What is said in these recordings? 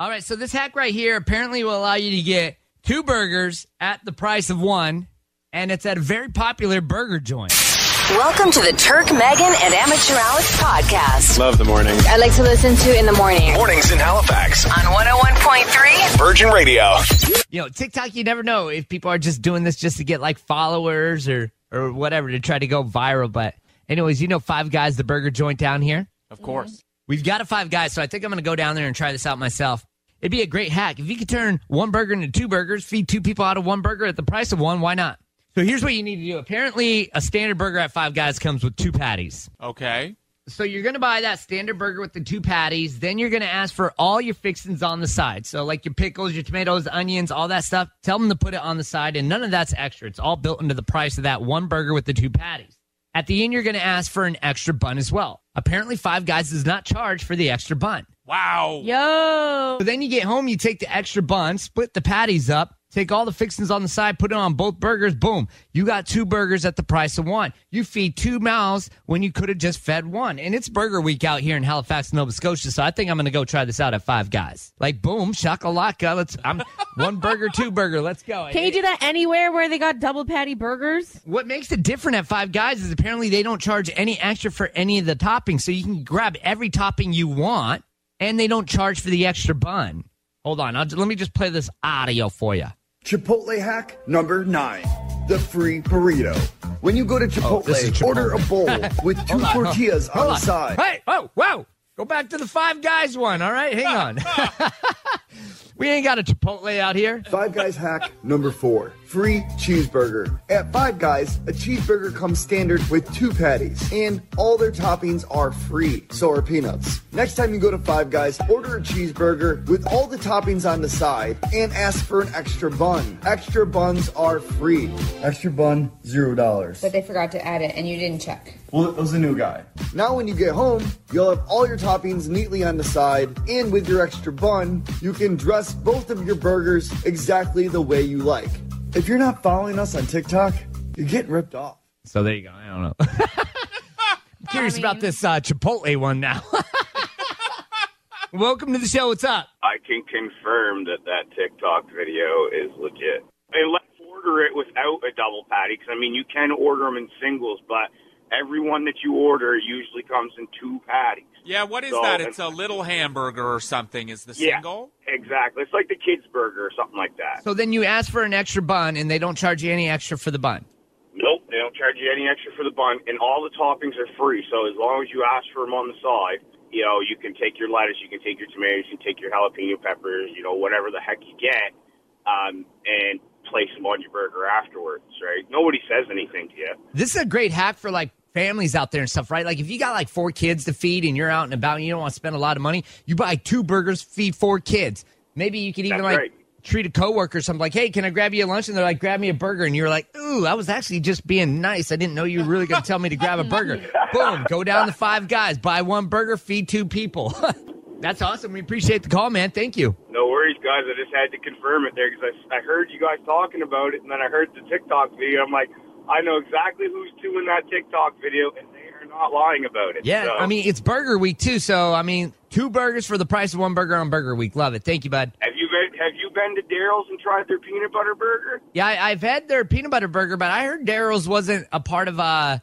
All right, so this hack right here apparently will allow you to get two burgers at the price of one, and it's at a very popular burger joint. Welcome to the Turk, Megan, and Amateur Alex podcast. Love the morning. I like to listen to in the morning Mornings in Halifax. on 101.3. Virgin Radio. You know, TikTok, you never know if people are just doing this just to get like followers or or whatever to try to go viral. But anyways, you know, Five Guys, the burger joint down here. Of course. We've got a Five Guys, so I think I'm going to go down there and try this out myself. It'd be a great hack if you could turn one burger into two burgers, feed two people out of one burger at the price of one. Why not? So here's what you need to do. Apparently, a standard burger at Five Guys comes with two patties. Okay. So you're gonna buy that standard burger with the two patties. Then you're gonna ask for all your fixings on the side. So like your pickles, your tomatoes, onions, all that stuff. Tell them to put it on the side, and none of that's extra. It's all built into the price of that one burger with the two patties. At the end, you're gonna ask for an extra bun as well. Apparently, Five Guys does not charge for the extra bun. Wow. Yo. So then you get home, you take the extra bun, split the patties up, take all the fixings on the side, put it on both burgers. Boom. You got two burgers at the price of one. You feed two mouths when you could have just fed one. And it's burger week out here in Halifax, Nova Scotia. So I think I'm going to go try this out at Five Guys. Like, boom, shakalaka. Let's, I'm one burger, two burger. Let's go. Can you do that anywhere where they got double patty burgers? What makes it different at Five Guys is apparently they don't charge any extra for any of the toppings. So you can grab every topping you want and they don't charge for the extra bun. Hold on. I'll, let me just play this audio for you. Chipotle hack number nine the free burrito. When you go to Chipotle, Oh, this is Chipotle. order a bowl with two tortillas on the side. Hey, oh, whoa. Go back to the Five Guys one. All right. Hang on. we ain't got a Chipotle out here. Five Guys hack number four free cheeseburger. At Five Guys, a cheeseburger comes standard with two patties, and all their toppings are free. So are peanuts. Next time you go to Five Guys, order a cheeseburger with all the toppings on the side and ask for an extra bun. Extra buns are free. Extra bun, zero dollars. They forgot to add it and you didn't check. Well, it was a new guy. Now, when you get home, you'll have all your toppings neatly on the side, and with your extra bun, you can dress both of your burgers exactly the way you like. If you're not following us on TikTok, you're getting ripped off. So there you go. I don't know. I'm curious about this uh, Chipotle one now. Welcome to the show. What's up? I can confirm that that TikTok video is legit. And let's order it without a double patty, because I mean, you can order them in singles, but everyone that you order usually comes in two patties. Yeah, what is So, that? it's- It's a little hamburger or something, is the Yeah. single? Exactly. It's like the kids' burger or something like that. So then you ask for an extra bun, and they don't charge you any extra for the bun. Nope, they don't charge you any extra for the bun, and all the toppings are free. So as long as you ask for them on the side, you know, you can take your lettuce, you can take your tomatoes, you can take your jalapeno peppers, you know, whatever the heck you get, um, and place them on your burger afterwards, right? Nobody says anything to you. This is a great hack for like families out there and stuff, right? Like if you got like four kids to feed and you're out and about and you don't want to spend a lot of money, you buy two burgers, feed four kids. Maybe you could even That's like right. treat a coworker or something like, "Hey, can I grab you a lunch?" And they're like, "Grab me a burger." And you're like, "Ooh, I was actually just being nice. I didn't know you were really going to tell me to grab a burger." Boom, go down to five guys, buy one burger, feed two people. That's awesome. We appreciate the call, man. Thank you. No worries, guys. I just had to confirm it there because I, I heard you guys talking about it, and then I heard the TikTok video. I'm like, I know exactly who's doing that TikTok video, and they are not lying about it. Yeah, So, I mean, it's Burger Week too, so I mean, two burgers for the price of one burger on Burger Week. Love it. Thank you, bud. have you been have you been to Daryl's and tried their peanut butter burger? Yeah, I, I've had their peanut butter burger, but I heard Daryl's wasn't a part of uh,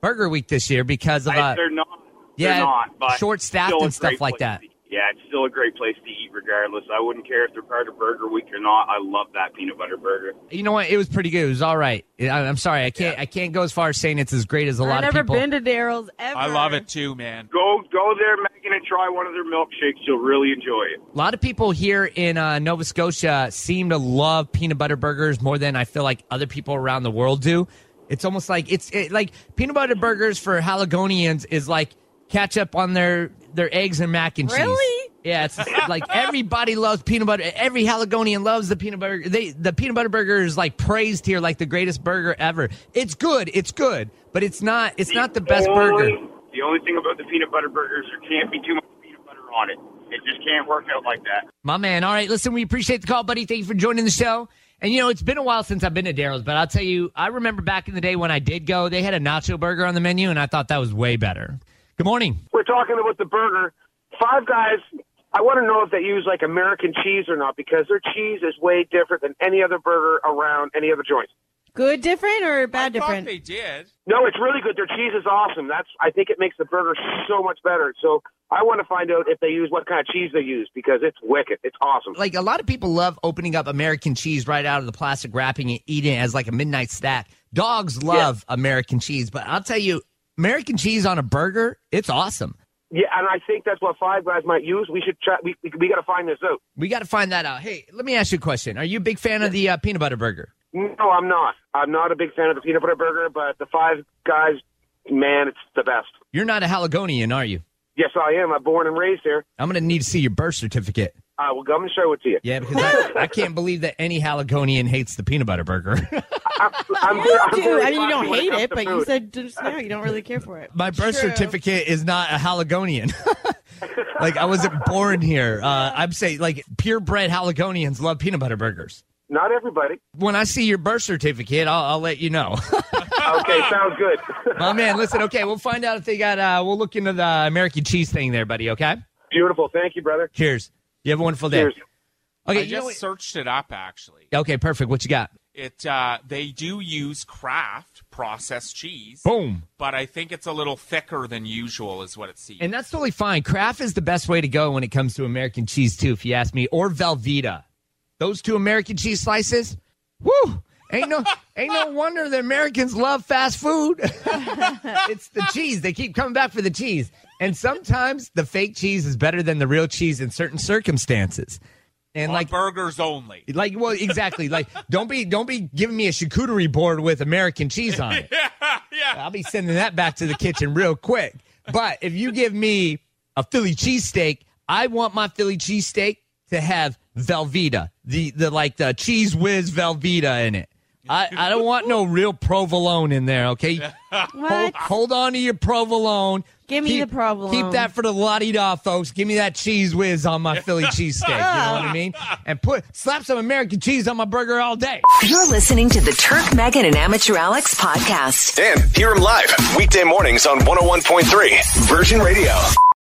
Burger Week this year because of I- uh, they're not. yeah, they're not. But short-staffed still a and stuff great like place that. to eat. Yeah, it's still a great place to eat, regardless. I wouldn't care if they're part of Burger Week or not. I love that peanut butter burger. you know what? It was pretty good. It was all right. I, I'm sorry, I can't I can't go as far as saying it's as great as a lot I've never of people. been to Daryl's ever. I love it too, man. Go go there, Megan, and try one of their milkshakes. You'll really enjoy it. a lot of people here in uh, Nova Scotia seem to love peanut butter burgers more than I feel like other people around the world do. It's almost like it's it, like peanut butter burgers for Haligonians is like ketchup on their their eggs and mac and cheese. Really? Yeah, it's like everybody loves peanut butter. Every Haligonian loves the peanut butter. They the peanut butter burger is like praised here like the greatest burger ever. It's good. It's good, but it's not it's not the best burger. only- The only thing about the peanut butter burgers, there can't be too much peanut butter on it. It just can't work out like that. My man. All right, listen, we appreciate the call, buddy. Thank you for joining the show. And you know, it's been a while since I've been to Daryl's, but I'll tell you, I remember back in the day when I did go, they had a nacho burger on the menu, and I thought that was way better. Good morning. We're talking about the burger. Five Guys I want to know if they use like American cheese or not because their cheese is way different than any other burger around any other joint. Good different or bad I thought different? they did. No, it's really good. Their cheese is awesome. That's I think it makes the burger so much better. So I want to find out if they use what kind of cheese they use because it's wicked. It's awesome. Like a lot of people love opening up American cheese right out of the plastic wrapping and eating it as like a midnight snack. Dogs love American cheese, but I'll tell you, American cheese on a burger, it's awesome. Yeah, and I think that's what Five Guys might use. We should try. We we, we got to find this out. We got to find that out. Hey, let me ask you a question. Are you a big fan of the uh, peanut butter burger? No, I'm not. I'm not a big fan of the peanut butter burger, but the Five Guys, man, it's the best. You're not a Haligonian, are you? Yes, I am. I'm born and raised here. I'm going to need to see your birth certificate. I will come and show it to you. Yeah, because I, I can't believe that any Haligonian hates the peanut butter burger. I'm, I'm, You I'm do. very I mean, you fussy don't when hate comes it, to but you food. said just now you don't really care for it. My birth True. certificate is not a Haligonian. like I wasn't born here. Uh, I'm saying like purebred Haligonians love peanut butter burgers. not everybody. When I see your birth certificate, I'll, I'll let you know. Okay, sounds good. My man, listen. Okay, we'll find out if they got. Uh, we'll look into the American cheese thing there, buddy. Okay. Beautiful. Thank you, brother. Cheers. You have a wonderful day. Cheers. Okay. I you know just what- searched it up actually. okay. Perfect. What you got? It uh, they do use Kraft processed cheese, Boom. but I think it's a little thicker than usual, is what it seems. And that's totally fine. Kraft is the best way to go when it comes to American cheese, too, if you ask me, or Velveeta. Those two American cheese slices, woo! Ain't no, ain't no wonder the Americans love fast food. it's the cheese. They keep coming back for the cheese. And sometimes the fake cheese is better than the real cheese in certain circumstances. And On like burgers only. like well exactly like don't be don't be giving me a charcuterie board with American cheese on it. I'll be sending that back to the kitchen real quick. But if you give me a Philly cheesesteak, I want my Philly cheesesteak to have Velveeta, the the like the cheese whiz Velveeta in it. I, I don't want no real provolone in there, okay? Hold, What? hold on to your provolone. Give me the provolone. Keep that for the la di da, folks. Give me that cheese whiz on my Philly cheesesteak. You know what I mean? And put slap some American cheese on my burger all day. You're listening to the Turk, Megan, and Amateur Alex podcast. oh And hear him live weekday mornings on 101.3 Virgin Radio.